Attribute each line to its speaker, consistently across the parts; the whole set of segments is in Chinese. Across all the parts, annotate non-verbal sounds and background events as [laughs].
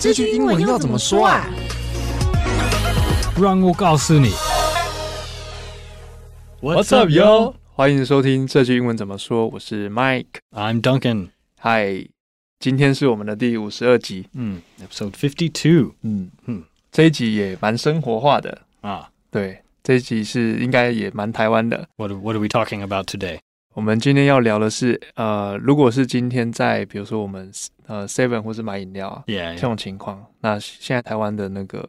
Speaker 1: 这句英文要怎么说啊？
Speaker 2: 让我告诉你
Speaker 3: What's up, yo？欢迎收听这句英文怎么说，我是 Mike。
Speaker 2: ，I'm Duncan。
Speaker 3: 嗨，今天是我们的第五十二集，
Speaker 2: 嗯，Episode Hmm, Fifty Two 嗯
Speaker 3: 嗯嗯，这一集也蛮生活化的，
Speaker 2: 啊
Speaker 3: 对，这一集是应该也蛮台湾的。
Speaker 2: ，What What are we talking about today？
Speaker 3: 我们今天要聊的是，呃，如果是今天在比如说我们呃 Seven 或是买饮料啊
Speaker 2: Yeah，
Speaker 3: 这种情况，那现在台湾的那个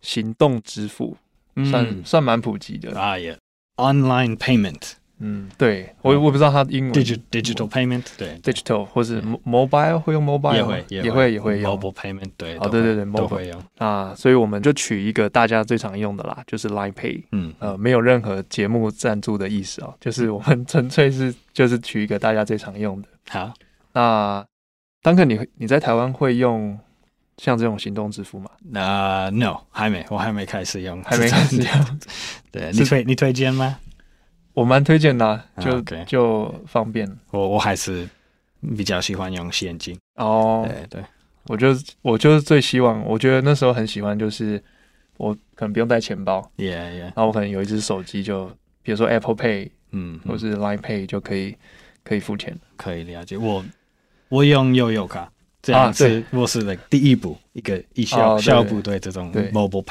Speaker 3: 行动支付算
Speaker 2: 嗯
Speaker 3: 算蛮普及的，
Speaker 2: 啊，Yeah，Online Payment，Digital
Speaker 3: 嗯，对我我不知道它英文
Speaker 2: Digital Payment，对，
Speaker 3: digital 或是 mo- mobile 会用 mobile
Speaker 2: 也
Speaker 3: 吗
Speaker 2: 会
Speaker 3: 也会也会用
Speaker 2: Mobile Payment，对，
Speaker 3: 哦
Speaker 2: 都
Speaker 3: 对
Speaker 2: 会
Speaker 3: 对对
Speaker 2: 都
Speaker 3: ，mobile
Speaker 2: 会用，
Speaker 3: 啊，所以我们就取一个大家最常用的啦，就是 Line Pay，
Speaker 2: 嗯
Speaker 3: 呃，没有任何节目赞助的意思哦，就是我
Speaker 2: [laughs]
Speaker 3: 们纯粹是就是取一个大家最常用的。
Speaker 2: 好，
Speaker 3: 那当克，你你在台湾会用像这种行动
Speaker 2: [laughs]
Speaker 3: 支付吗？
Speaker 2: 那 Uh, No，还没，我还没开始用，，
Speaker 3: 还没开始
Speaker 2: [laughs] 对你
Speaker 3: 是
Speaker 2: 推你推荐吗？
Speaker 3: [laughs] 我蛮推荐的啊、
Speaker 2: 啊
Speaker 3: 就、
Speaker 2: OK
Speaker 3: 就方便
Speaker 2: 我我还是比较喜欢用现金，
Speaker 3: 哦。
Speaker 2: 对对，
Speaker 3: 我就是我就是最希望，我觉得那时候很喜欢，就是我可能不用带钱包，
Speaker 2: Yeah Yeah，
Speaker 3: 然后我可能有一只手机就，比如说 Apple Pay
Speaker 2: 嗯，
Speaker 3: 或是 Line Pay 就可以可以付钱了。
Speaker 2: 可以了解。我我用悠游卡，这
Speaker 3: 啊
Speaker 2: 样是、我是 like 第一步，一个一小、
Speaker 3: 哦对
Speaker 2: 小部队这种
Speaker 3: 对
Speaker 2: mobile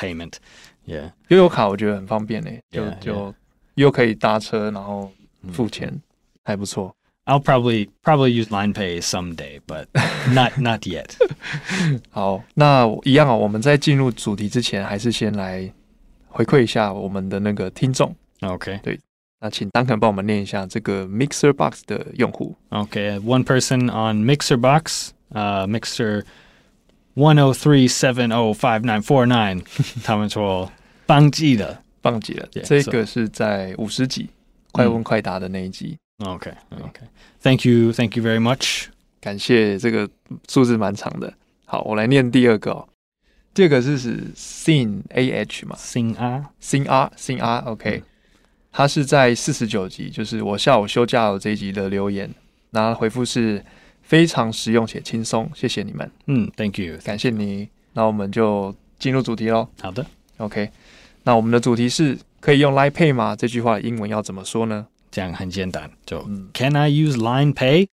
Speaker 2: payment，yeah，
Speaker 3: 悠游卡我觉得很方便嘞、就
Speaker 2: Yeah,
Speaker 3: 就又可以搭车，然后
Speaker 2: 嗯
Speaker 3: 付钱，还不错。
Speaker 2: I'll probably probably use Line Pay someday,
Speaker 3: [laughs]
Speaker 2: but not not yet.
Speaker 3: 好，那我一样哦。我们在进入主题之前，还是先来回馈一下我们的那个听众。
Speaker 2: Okay,
Speaker 3: 那请丹肯帮我们念一下这个 Mixer Box 的用户。
Speaker 2: okay. One person on Mixer Box, uh, Mixer one zero three seven zero five nine four
Speaker 3: [laughs]
Speaker 2: nine，他们说帮记的。
Speaker 3: 棒极了
Speaker 2: Yeah,
Speaker 3: 这个是在五十集快问快答的那一集。
Speaker 2: Okay, okay. Thank you, thank you very much.
Speaker 3: 感谢这个数字蛮长的。好，我来念第二个哦。第二个是指 Sin A H 嘛
Speaker 2: Sing R.
Speaker 3: ，Sin R Sin R OK，、他是在四十九集，就是我下午休假了这一集的留言。那回复是非常实用且轻松，谢谢你们，
Speaker 2: 嗯，Thank you.
Speaker 3: 感谢你。那我们就进入主题喽。
Speaker 2: 好的，
Speaker 3: OK，那我们的主题是可以用 Line Pay 吗？这句话的英文要怎么说呢？
Speaker 2: 这样很简单，就
Speaker 3: 嗯
Speaker 2: Can I use Line Pay？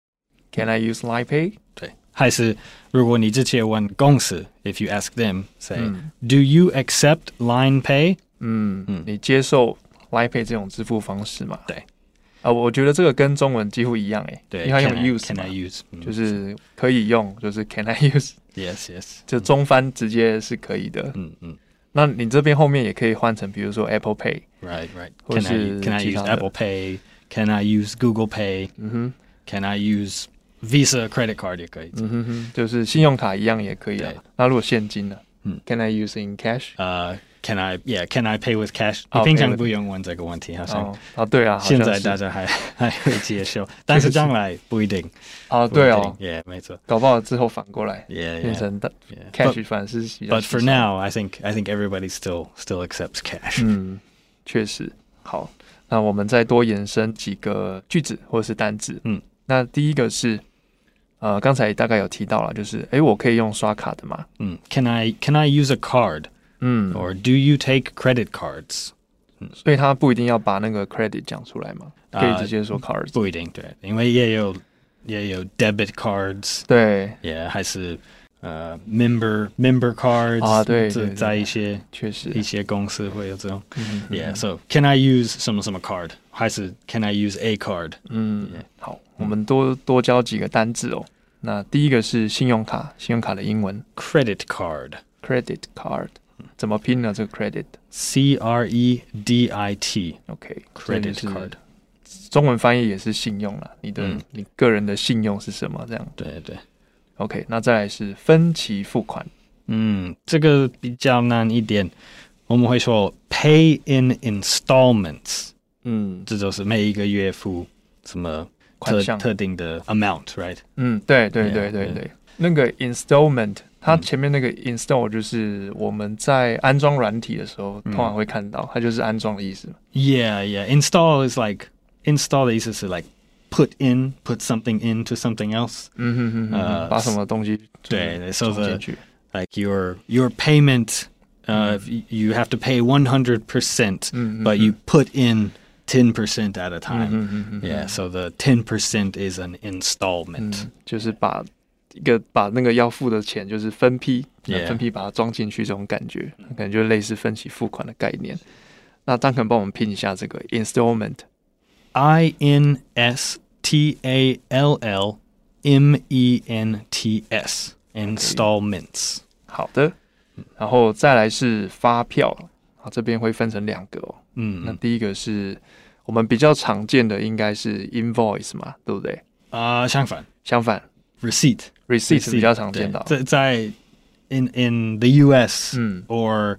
Speaker 3: ，Can I use Line Pay？
Speaker 2: 对，还是如果你直接问公司，If you ask them, say、
Speaker 3: 嗯
Speaker 2: Do you accept Line Pay？
Speaker 3: 嗯
Speaker 2: 嗯，
Speaker 3: 你接受 Line Pay 这种支付方式嘛？
Speaker 2: 对。
Speaker 3: 啊，我觉得这个跟中文几乎一样诶、欸
Speaker 2: 对，
Speaker 3: 因为它用
Speaker 2: Can I-
Speaker 3: use
Speaker 2: Can I
Speaker 3: 嘛
Speaker 2: use？嗯
Speaker 3: 就是可以用，就是 Can I [laughs] use？
Speaker 2: Yes, Yes。
Speaker 3: 就中翻直接是可以的。
Speaker 2: 嗯嗯
Speaker 3: 那你这边后面也可以换成，比如说 Apple Pay，
Speaker 2: ，Right, Right。
Speaker 3: 或
Speaker 2: Can I
Speaker 3: 是
Speaker 2: Can I
Speaker 3: 其
Speaker 2: use
Speaker 3: 他的
Speaker 2: Apple Pay? Can I use Google Pay?
Speaker 3: 嗯哼，
Speaker 2: Can I use Visa credit card 也可以。
Speaker 3: 嗯哼哼，就是信用卡一样也可以啊
Speaker 2: 对。
Speaker 3: 那如果现金呢、
Speaker 2: 嗯
Speaker 3: c a n I use in cash？
Speaker 2: 呃、c a n I Yeah, Can I pay with cash？、
Speaker 3: 哦
Speaker 2: 你平
Speaker 3: pay
Speaker 2: 常
Speaker 3: with-
Speaker 2: 不用问这个问题，好像、
Speaker 3: 哦，啊，对啊，好像
Speaker 2: 现在
Speaker 3: 是
Speaker 2: 大家还 [laughs] 还会接受，但是将来不一定。不一
Speaker 3: 啊，
Speaker 2: 定
Speaker 3: 对哦，
Speaker 2: ，Yeah，没错
Speaker 3: 搞不好之后反过来
Speaker 2: ，Yeah，
Speaker 3: 变
Speaker 2: yeah,
Speaker 3: 成的
Speaker 2: yeah.
Speaker 3: cash 反而是
Speaker 2: But,
Speaker 3: 比较
Speaker 2: but for
Speaker 3: 稀
Speaker 2: now,
Speaker 3: 少
Speaker 2: I think I think everybody still still accepts cash.
Speaker 3: 嗯，确实。好，那我们再多延伸几个句子或者是单字。
Speaker 2: 嗯，
Speaker 3: 那第一个是，呃，刚才大概有提到了，就是，诶，我可以用刷卡的吗？
Speaker 2: 嗯 Hmm. Can I can I use a card
Speaker 3: 嗯，
Speaker 2: or do you take credit cards？
Speaker 3: 所以他不一定要把那个 credit 讲出来嘛，可以直接说 cards。
Speaker 2: 不一定，对，因为也有也有 debit cards，
Speaker 3: 对，
Speaker 2: 也还是呃 uh, member member cards
Speaker 3: 啊对
Speaker 2: 这
Speaker 3: 对对
Speaker 2: 在一些
Speaker 3: 确实
Speaker 2: 一。些公司会有这种。
Speaker 3: 嗯
Speaker 2: Yeah, so can I use 什么什么 card？还是 Can I use a card？
Speaker 3: 嗯
Speaker 2: Yeah，
Speaker 3: 好，我们多多教几个单字哦。那第一个是信用卡，信用卡的英文
Speaker 2: credit card.
Speaker 3: credit card，怎么拼呢？这个 credit，OK，、
Speaker 2: C R E D I T credit
Speaker 3: 这就是
Speaker 2: card，
Speaker 3: 中文翻译也是信用啦，你的、
Speaker 2: 嗯
Speaker 3: 你个人的信用是什么？这样
Speaker 2: 对对，
Speaker 3: OK，那再来是分期付款
Speaker 2: 嗯，这个比较难一点，我们会说 pay in installments，
Speaker 3: 嗯，
Speaker 2: 这就是每一个月付什么
Speaker 3: 款
Speaker 2: 特
Speaker 3: 项，
Speaker 2: 特定的 amount，right？
Speaker 3: 嗯，对对对
Speaker 2: Yeah，
Speaker 3: 对
Speaker 2: yeah
Speaker 3: 对，那个 installment，它
Speaker 2: 嗯
Speaker 3: 前面那个 install 就是我们在安装软体的时候
Speaker 2: 嗯
Speaker 3: 通常会看到，它就是安装的意思嘛。
Speaker 2: Yeah, yeah. Install is like install 的意思是 like put in, 嗯 put something into something else。
Speaker 3: 嗯哼哼哼
Speaker 2: 呃
Speaker 3: 哼，把什么东西
Speaker 2: 对对，so
Speaker 3: 装进
Speaker 2: the
Speaker 3: 去，
Speaker 2: like your your payment
Speaker 3: Mm.
Speaker 2: uh, if y- you have to pay 100% percent
Speaker 3: Mm-hmm,
Speaker 2: but you put in 10% at a
Speaker 3: 嗯
Speaker 2: time
Speaker 3: mm-hmm,
Speaker 2: yeah so the 10% is an installment
Speaker 3: Mm. 就是把一个把那个要付的钱，就是分批
Speaker 2: Yeah 嗯
Speaker 3: 分批把它装进去，这种感觉，可能就类似分期付款的概念。那张肯帮我们拼一下这个 installment，
Speaker 2: i n s t a l l m e n t s installments
Speaker 3: 好的，
Speaker 2: 嗯
Speaker 3: 然后再来是发票，啊，这边会分成两个哦。那
Speaker 2: 嗯
Speaker 3: 第一个是我们比较常见的应该是 invoice 嘛，对不对？
Speaker 2: 啊、相反
Speaker 3: 相反
Speaker 2: receipt
Speaker 3: receipt 比较常见到，
Speaker 2: 在在 in in the U.S.
Speaker 3: 嗯。
Speaker 2: or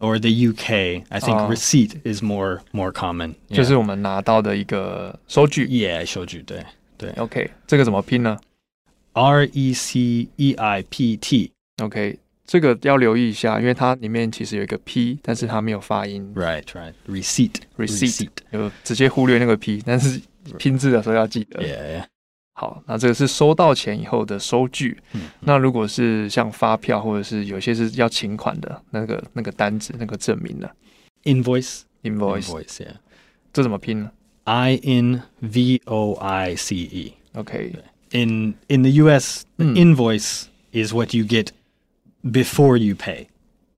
Speaker 2: or the U.K. I think
Speaker 3: 哦。
Speaker 2: receipt is more more common.
Speaker 3: 就是我们拿到的一个收据。
Speaker 2: yeah 收据对
Speaker 3: OK，这个怎么拼呢
Speaker 2: R E C E I P T
Speaker 3: ？OK，这个要留意一下，因为它里面其实有一个 P，但是它没有发音
Speaker 2: right right receipt
Speaker 3: ，receipt 就直接忽略那个 P，但是拼字的时候要记得。
Speaker 2: yeah yeah
Speaker 3: 好，那这个是收到钱以后的收据。
Speaker 2: 嗯
Speaker 3: 那如果是像发票，或者是有些是要请款的那个那个单子、那个证明呢
Speaker 2: invoice
Speaker 3: invoice，
Speaker 2: invoice yeah
Speaker 3: 这怎么拼呢
Speaker 2: I N V O I C E
Speaker 3: ？OK，
Speaker 2: in in the U.S. the
Speaker 3: Mm.
Speaker 2: invoice is what you get before you pay.
Speaker 3: 嗯。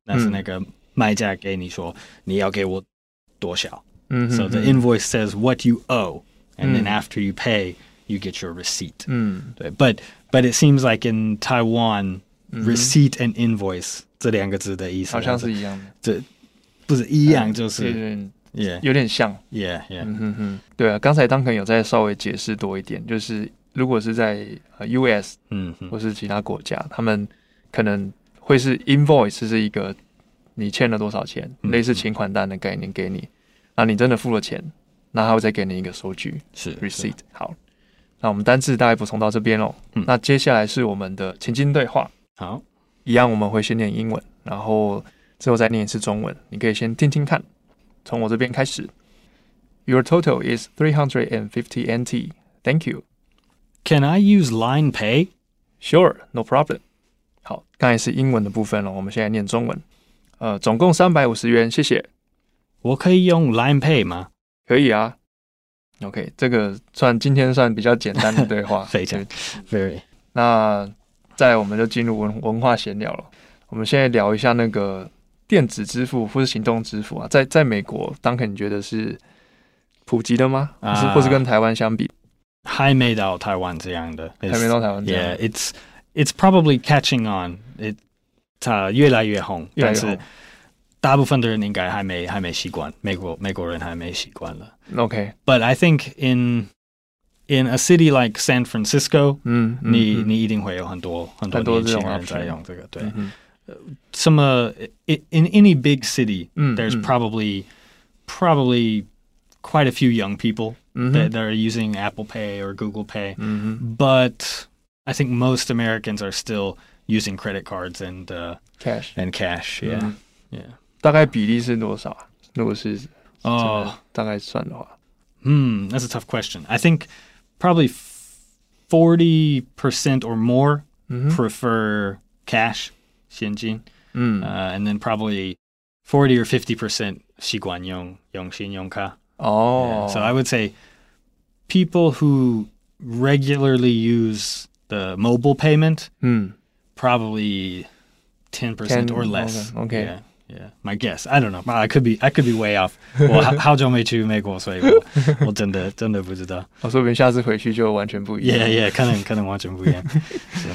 Speaker 2: 那是那个卖家给你说你要给我多少。
Speaker 3: 嗯哼
Speaker 2: So the
Speaker 3: 哼
Speaker 2: invoice says what you owe, and then
Speaker 3: 嗯。
Speaker 2: after you pay, you get your receipt.
Speaker 3: 嗯
Speaker 2: But but it seems like in Taiwan,
Speaker 3: 嗯哼
Speaker 2: receipt and invoice 这两个字的意思
Speaker 3: Hmm. 好像是一样的，
Speaker 2: 这不是一样就是
Speaker 3: 嗯
Speaker 2: yeah
Speaker 3: 有点像。
Speaker 2: yeah yeah
Speaker 3: 嗯哼哼，对啊，刚才当肯有再稍微解释多一点，就是如果是在呃 US 或是其他国家，他们可能会是 invoice 是一个你欠了多少钱，
Speaker 2: 嗯
Speaker 3: 类似请款单的概念给你，那你真的付了钱，那他会再给你一个收据 receipt。好，那我们单字大概补充到这边喽。
Speaker 2: 嗯
Speaker 3: 那接下来是我们的情境对话，一样我们会先念英文，然后之后再念一次中文。你可以先听听看，从我这边开始。Your total is three hundred and fifty NT. Thank you.
Speaker 2: Can I use Line Pay?
Speaker 3: Sure, no problem. 好，刚才是英文的部分了，我们现在念中文。呃，总共三百五十元，谢谢。
Speaker 2: 我可以用 Line Pay 吗？，
Speaker 3: 可以啊。OK，这个算今天算比较简单的对
Speaker 2: [laughs]
Speaker 3: 话
Speaker 2: 非常 very
Speaker 3: 那再来我们就进入文文化闲聊了。我们现在聊一下那个电子支付或是行动支付啊，在在美国，当肯你觉得是普及的吗？
Speaker 2: 啊
Speaker 3: 是或是跟台湾相比，
Speaker 2: 还没到台湾这样的，
Speaker 3: 还没到台湾这样
Speaker 2: Yeah, it's it's probably catching on. It 它越来越红，
Speaker 3: 越来
Speaker 2: 但
Speaker 3: 越
Speaker 2: 是
Speaker 3: 红
Speaker 2: 大部分的人应该还没-还没习惯，美国-美国人还没习惯了。
Speaker 3: OK，
Speaker 2: But I think in in a city like San Francisco,
Speaker 3: 嗯，嗯
Speaker 2: 你-
Speaker 3: 嗯
Speaker 2: 你一定会有很多-很多
Speaker 3: 很多这种
Speaker 2: 年轻人在用
Speaker 3: option。
Speaker 2: 这个，对。
Speaker 3: 嗯嗯
Speaker 2: 什么- i- in any big city,
Speaker 3: 嗯
Speaker 2: there's
Speaker 3: 嗯
Speaker 2: probably probably quite a few young people
Speaker 3: 嗯
Speaker 2: that,
Speaker 3: 哼
Speaker 2: that are using Apple Pay or Google Pay.
Speaker 3: 嗯哼
Speaker 2: But I think most Americans are still using credit cards and uh,
Speaker 3: cash，
Speaker 2: and cash. Yeah,
Speaker 3: 嗯
Speaker 2: yeah.
Speaker 3: 大概比例是多少啊？如果是
Speaker 2: Oh,
Speaker 3: 大概算的话，
Speaker 2: hmm, that's a tough question. I think probably forty percent or more
Speaker 3: 嗯哼
Speaker 2: prefer cash, 现金,
Speaker 3: 嗯
Speaker 2: uh, and then probably forty or fifty percent 习惯用用信用卡.
Speaker 3: 哦
Speaker 2: Yeah, So I would say people who regularly use the mobile payment
Speaker 3: 嗯
Speaker 2: probably 10% or
Speaker 3: 10,
Speaker 2: less.
Speaker 3: okay, okay.
Speaker 2: Yeah. Yeah. My guess. I don't know. I could be I could be way off. 我好久没去美国，所以我我真的真的不知道。
Speaker 3: 我哦说不定下次回去就完全不一
Speaker 2: uh, Yeah,
Speaker 3: 样。
Speaker 2: yeah，可能可能完全不一样。真的。Yeah,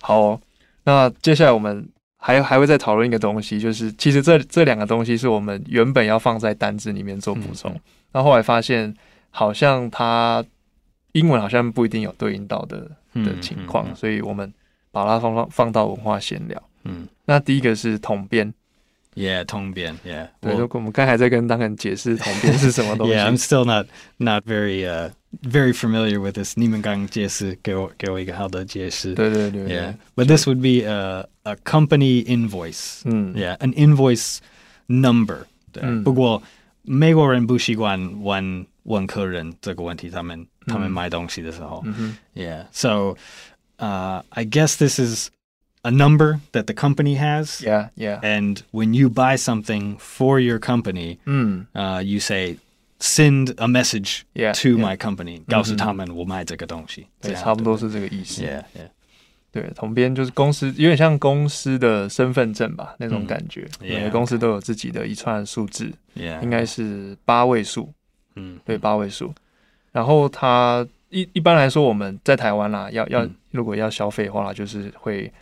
Speaker 3: 好哦、那接下来我们还还会再讨论一个东西，就是其实这这两个东西是我们原本要放在单字里面做补充
Speaker 2: 嗯，
Speaker 3: 那、后来发现好像它英文好像不一定有对应到的的
Speaker 2: 嗯
Speaker 3: 情况，
Speaker 2: 嗯嗯
Speaker 3: 所以我们把它放放放到文化闲聊。那第一个是统编，
Speaker 2: hmm, 通便。Yeah.
Speaker 3: 对，
Speaker 2: 我-
Speaker 3: 如果我们刚才在跟当肯解释统编是什
Speaker 2: [laughs]
Speaker 3: 么东西
Speaker 2: Yeah, I'm still not not very uh very familiar with this. 你们刚解释给我给我一个好的解释。
Speaker 3: 对对对对
Speaker 2: Yeah. But this would be a a company invoice.
Speaker 3: 嗯
Speaker 2: Yeah, an invoice number. 对，
Speaker 3: 嗯。
Speaker 2: 不过美国人不习惯问问客人这个问题，他们-
Speaker 3: 嗯。
Speaker 2: 他们买东西的时候。
Speaker 3: 嗯哼
Speaker 2: Yeah, so uh, I guess this is a number that the company has.
Speaker 3: Yeah, yeah.
Speaker 2: And when you buy something for your company,
Speaker 3: Mm.
Speaker 2: uh, you say, send a message
Speaker 3: Yeah,
Speaker 2: to
Speaker 3: yeah.
Speaker 2: my company, 告诉他们我卖这个东西。
Speaker 3: 对，
Speaker 2: 这样
Speaker 3: 差不多是这个意思。
Speaker 2: 对不对 Yeah, yeah.
Speaker 3: 对，统编就是公司，有点像公司的身份证吧，那种
Speaker 2: 嗯
Speaker 3: 感觉。每
Speaker 2: Yeah，
Speaker 3: 个公司都有自己的一串数字，
Speaker 2: Yeah，
Speaker 3: 应该是八位数，
Speaker 2: 嗯，
Speaker 3: 对，八位数。然后它一一般来说，我们在台湾啦，要要、
Speaker 2: 嗯
Speaker 3: 如果要消费的话，就是会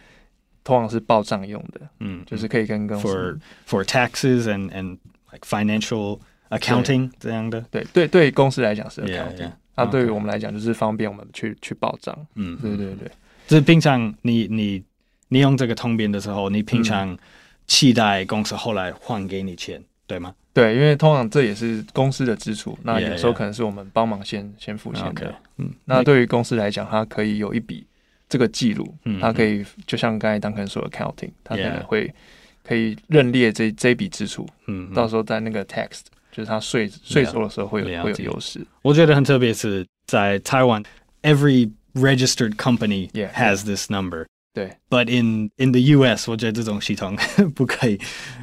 Speaker 3: 通常是报账用的，
Speaker 2: 嗯，
Speaker 3: 就是可以跟公司
Speaker 2: for for taxes and and like financial accounting 这样的。
Speaker 3: 对对对公司来讲是
Speaker 2: Yeah,
Speaker 3: accounting，
Speaker 2: yeah.
Speaker 3: 那
Speaker 2: 嗯 OK
Speaker 3: 对于我们来讲就是方便我们去去报账。
Speaker 2: 嗯，
Speaker 3: 对对对，
Speaker 2: 就是平常你你你用这个通编的时候，你平常期待公司后来还给你钱，对吗
Speaker 3: 对，因为通常这也是公司的支出，那
Speaker 2: Yeah,
Speaker 3: 有时候
Speaker 2: yeah.
Speaker 3: 可能是我们帮忙先先付钱的。
Speaker 2: ？OK，嗯，
Speaker 3: 那对于公司来讲，它可以有一笔这个记录，
Speaker 2: 嗯
Speaker 3: 它可以就像刚才当肯说的 accounting，它可
Speaker 2: Yeah
Speaker 3: 能会可以认列这这一笔支出，
Speaker 2: 嗯，嗯
Speaker 3: 到时候在那个 tax 就是它税税收的时候会有
Speaker 2: 了
Speaker 3: 会有
Speaker 2: 解
Speaker 3: 优势。
Speaker 2: 我觉得很特别是在台湾，every registered company
Speaker 3: Yeah,
Speaker 2: has this number。
Speaker 3: 对
Speaker 2: But in in the U.S.，我觉得这种系统 [laughs] 不可以，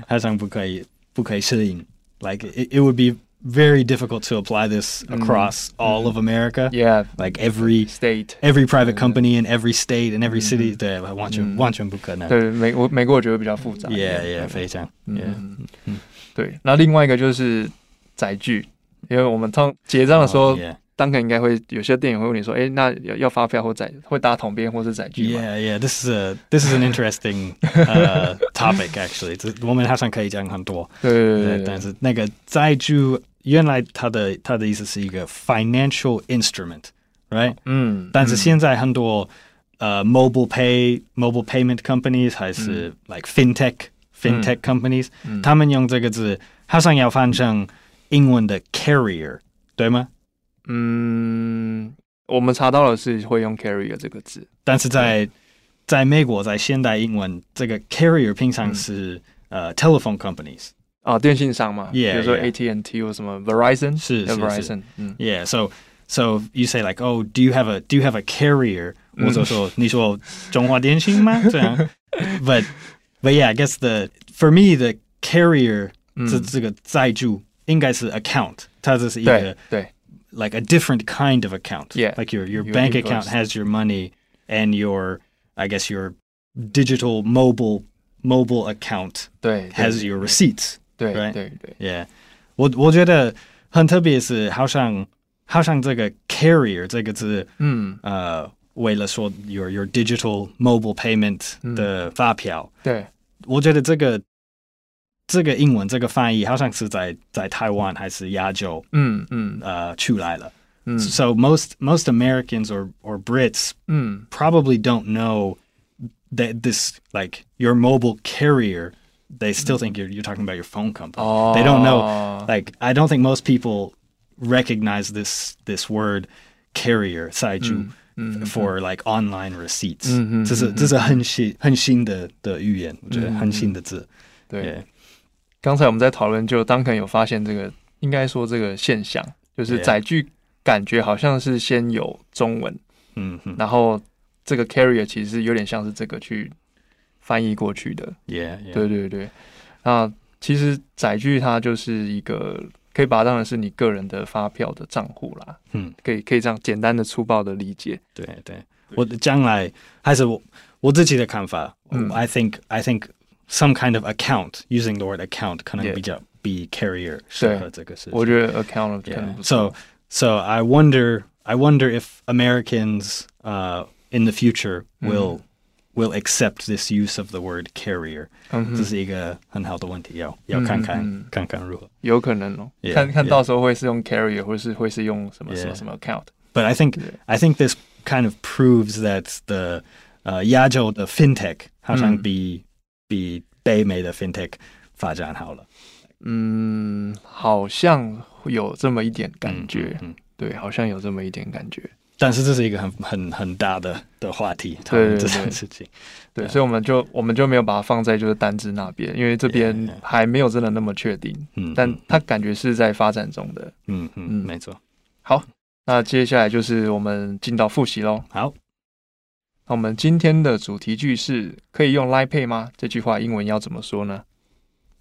Speaker 2: 好像不可以不可以适应。Like it, it would be very difficult to apply this across all of America.
Speaker 3: ，Yeah
Speaker 2: Like every
Speaker 3: state，
Speaker 2: every private
Speaker 3: 对对
Speaker 2: company in every state and every
Speaker 3: 嗯
Speaker 2: city，对，完全完全不可能。
Speaker 3: 对美国美国我觉得比较复杂一点。
Speaker 2: Yeah, yeah，非常。Yeah，
Speaker 3: 嗯，对。那另外一个就是载具，因为我们通结账的时候
Speaker 2: Oh,。yeah.
Speaker 3: 当肯应该会有些店员会问你说，哎、那要要发票或载会搭统编或是载具吗
Speaker 2: Yeah, yeah. This is a this is an interesting uh, topic actually. 这我们好像可以讲很多，
Speaker 3: 对对对
Speaker 2: 对
Speaker 3: 对
Speaker 2: 但
Speaker 3: 对，
Speaker 2: 是那个债据原来它的它的意思是一个 financial instrument，right？
Speaker 3: 嗯，
Speaker 2: 但是现在很多呃 mobile pay mobile payment companies 还是 like fintech fintech companies，他
Speaker 3: 嗯
Speaker 2: 们用这个字好像要翻成英文的 carrier，对吗？
Speaker 3: 嗯，我们查到的是会用 carrier 这个字，
Speaker 2: 但是在在美国，在现代英文，这个 carrier 平常是、呃 telephone companies。
Speaker 3: 啊，电信商嘛
Speaker 2: Yeah,
Speaker 3: 比如说
Speaker 2: yeah.
Speaker 3: AT&T 或什么 Verizon，
Speaker 2: 是
Speaker 3: 叫
Speaker 2: 是
Speaker 3: Verizon，嗯
Speaker 2: Yeah, so so you say like, oh, do you have a do you have a carrier?
Speaker 3: Mm.
Speaker 2: 我就说你说中华电信
Speaker 3: [laughs]
Speaker 2: 吗？这样。But but yeah, I guess the for me the carrier
Speaker 3: Mm。
Speaker 2: 这、这个载注应该是 account，它这是一
Speaker 3: 对
Speaker 2: 个
Speaker 3: 对
Speaker 2: like a different kind of account.
Speaker 3: Yeah.
Speaker 2: Like your your
Speaker 3: Your
Speaker 2: bank
Speaker 3: invoice.
Speaker 2: account has your money and your I guess your digital mobile mobile account
Speaker 3: 对
Speaker 2: has your receipts.
Speaker 3: 对
Speaker 2: right？
Speaker 3: 对对
Speaker 2: Yeah，我我觉得很特别是，好像好像这个 carrier 这个字，
Speaker 3: 嗯，
Speaker 2: 呃，为了说 your your digital mobile payment
Speaker 3: 嗯
Speaker 2: 的发票，
Speaker 3: 对
Speaker 2: 我觉得这个这个英文这个翻译好像是在在台湾还是亚洲
Speaker 3: 嗯嗯
Speaker 2: 呃出来了。
Speaker 3: 嗯
Speaker 2: uh, So most most Americans or or Brits
Speaker 3: 嗯
Speaker 2: probably don't know that this like your mobile carrier. They still think you're you're talking about your phone company. They don't know.
Speaker 3: 哦
Speaker 2: Like I don't think most people recognize this this word carrier saiju for like online receipts.
Speaker 3: 嗯，嗯，
Speaker 2: 这是这是很新很新的的语言，我觉得很新的字。
Speaker 3: 对
Speaker 2: Yeah，
Speaker 3: 刚才我们在讨论，就当肯有发现这个，应该说这个现象，就是
Speaker 2: Yeah.
Speaker 3: 载具感觉好像是先有中文，
Speaker 2: 嗯哼
Speaker 3: 然后这个 carrier 其实有点像是这个去翻译过去的。
Speaker 2: ，Yeah，yeah，
Speaker 3: 对对对，那其实载具它就是一个可以把它当成是你个人的发票的账户啦，
Speaker 2: 嗯，
Speaker 3: 可以可以这样简单的粗暴的理解。
Speaker 2: 对对，我的将来还是我我自己的看法。
Speaker 3: 嗯
Speaker 2: I think I think some kind of account using the word account 可能
Speaker 3: Yeah.
Speaker 2: 比较比 carrier 适合这个事情。
Speaker 3: 我觉得 account 可能
Speaker 2: Yeah.
Speaker 3: 不错
Speaker 2: So so I wonder I wonder if Americans uh, in the future will will accept this use of the word carrier.
Speaker 3: 嗯哼
Speaker 2: 这是一个很好的问题，要要看看、看看如何。
Speaker 3: 有可能哦
Speaker 2: Yeah,
Speaker 3: 看看
Speaker 2: yeah.
Speaker 3: 到时候会是用 carrier，或是会是用什么什么
Speaker 2: Yeah.
Speaker 3: 什么 account。
Speaker 2: But I think I think this kind of proves that the uh, 亚洲的 fintech 好像比、比北美的 fintech 发展好了
Speaker 3: 嗯，好像会有这么一点感觉，
Speaker 2: 嗯嗯嗯
Speaker 3: 对，好像有这么一点感觉。
Speaker 2: 但是这是一个很很很大的的话题，讨
Speaker 3: 对
Speaker 2: 论
Speaker 3: 对
Speaker 2: 这
Speaker 3: 对
Speaker 2: 件事情。
Speaker 3: 对，
Speaker 2: 对
Speaker 3: 所以我们就我们就没有把它放在就是单支那边，因为这边
Speaker 2: Yeah, yeah.
Speaker 3: 还没有真的那么确定，
Speaker 2: 嗯，
Speaker 3: 但它感觉是在发展中的。
Speaker 2: 嗯嗯，
Speaker 3: 嗯
Speaker 2: 没错。
Speaker 3: 好，那接下来就是我们进到复习喽。
Speaker 2: 好，
Speaker 3: 那我们今天的主题句是可以用 Line Pay 吗？这句话英文要怎么说呢？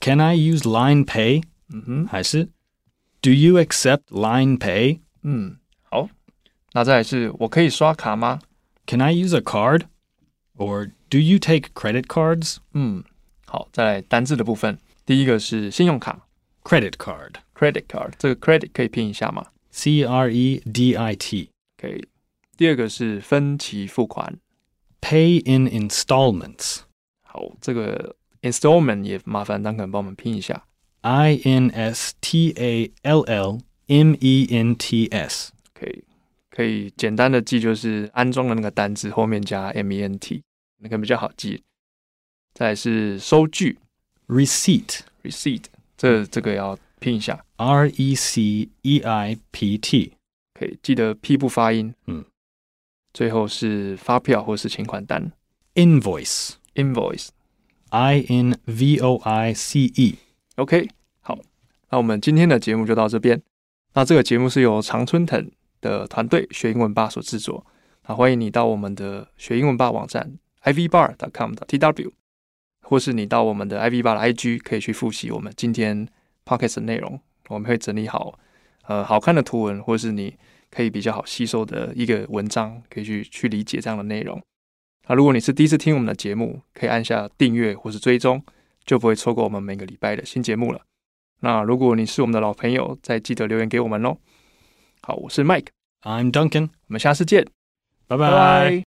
Speaker 2: Can I use Line Pay？
Speaker 3: 嗯哼，
Speaker 2: 还是 Do you accept Line Pay？
Speaker 3: 嗯，好。那再来是我可以刷卡吗？
Speaker 2: Can I use a card? Or do you take credit cards?
Speaker 3: 嗯，好。再来单字的部分，第一个是信用卡
Speaker 2: Credit card.
Speaker 3: （credit card），这个 credit 可以拼一下吗
Speaker 2: C R E D I T.
Speaker 3: 可以。第二个是分期付款，
Speaker 2: Pay in installments.
Speaker 3: 好，这个 installment 也麻烦当肯帮我们拼一下。
Speaker 2: I N S T A L L M E N T S.
Speaker 3: 可以，可以简单的记就是安装的那个单字后面加 m e n t，那个比较好记。再来是收据
Speaker 2: Receipt.
Speaker 3: receipt，这这个要拼一下，
Speaker 2: R E C E I P T.
Speaker 3: 可以记得 p 不发音。
Speaker 2: 嗯，
Speaker 3: 最后是发票或是请款单
Speaker 2: Invoice.
Speaker 3: invoice。
Speaker 2: I N V O I C E.
Speaker 3: OK，好，那我们今天的节目就到这边。那这个节目是由常春藤的团队学英文吧所制作。那欢迎你到我们的学英文吧网站 ivbar.com.tw，或是你到我们的 ivbar 的 IG 可以去复习我们今天 podcast 的内容。我们会整理好呃好看的图文，或是你可以比较好吸收的一个文章，可以去去理解这样的内容。那如果你是第一次听我们的节目，可以按下订阅或是追踪。就不会错过我们每个礼拜的新节目了。那如果你是我们的老朋友，再记得留言给我们哦。好，我是 Mike，
Speaker 2: I'm Duncan.
Speaker 3: 我们下次见，
Speaker 2: Bye
Speaker 3: 拜
Speaker 2: bye.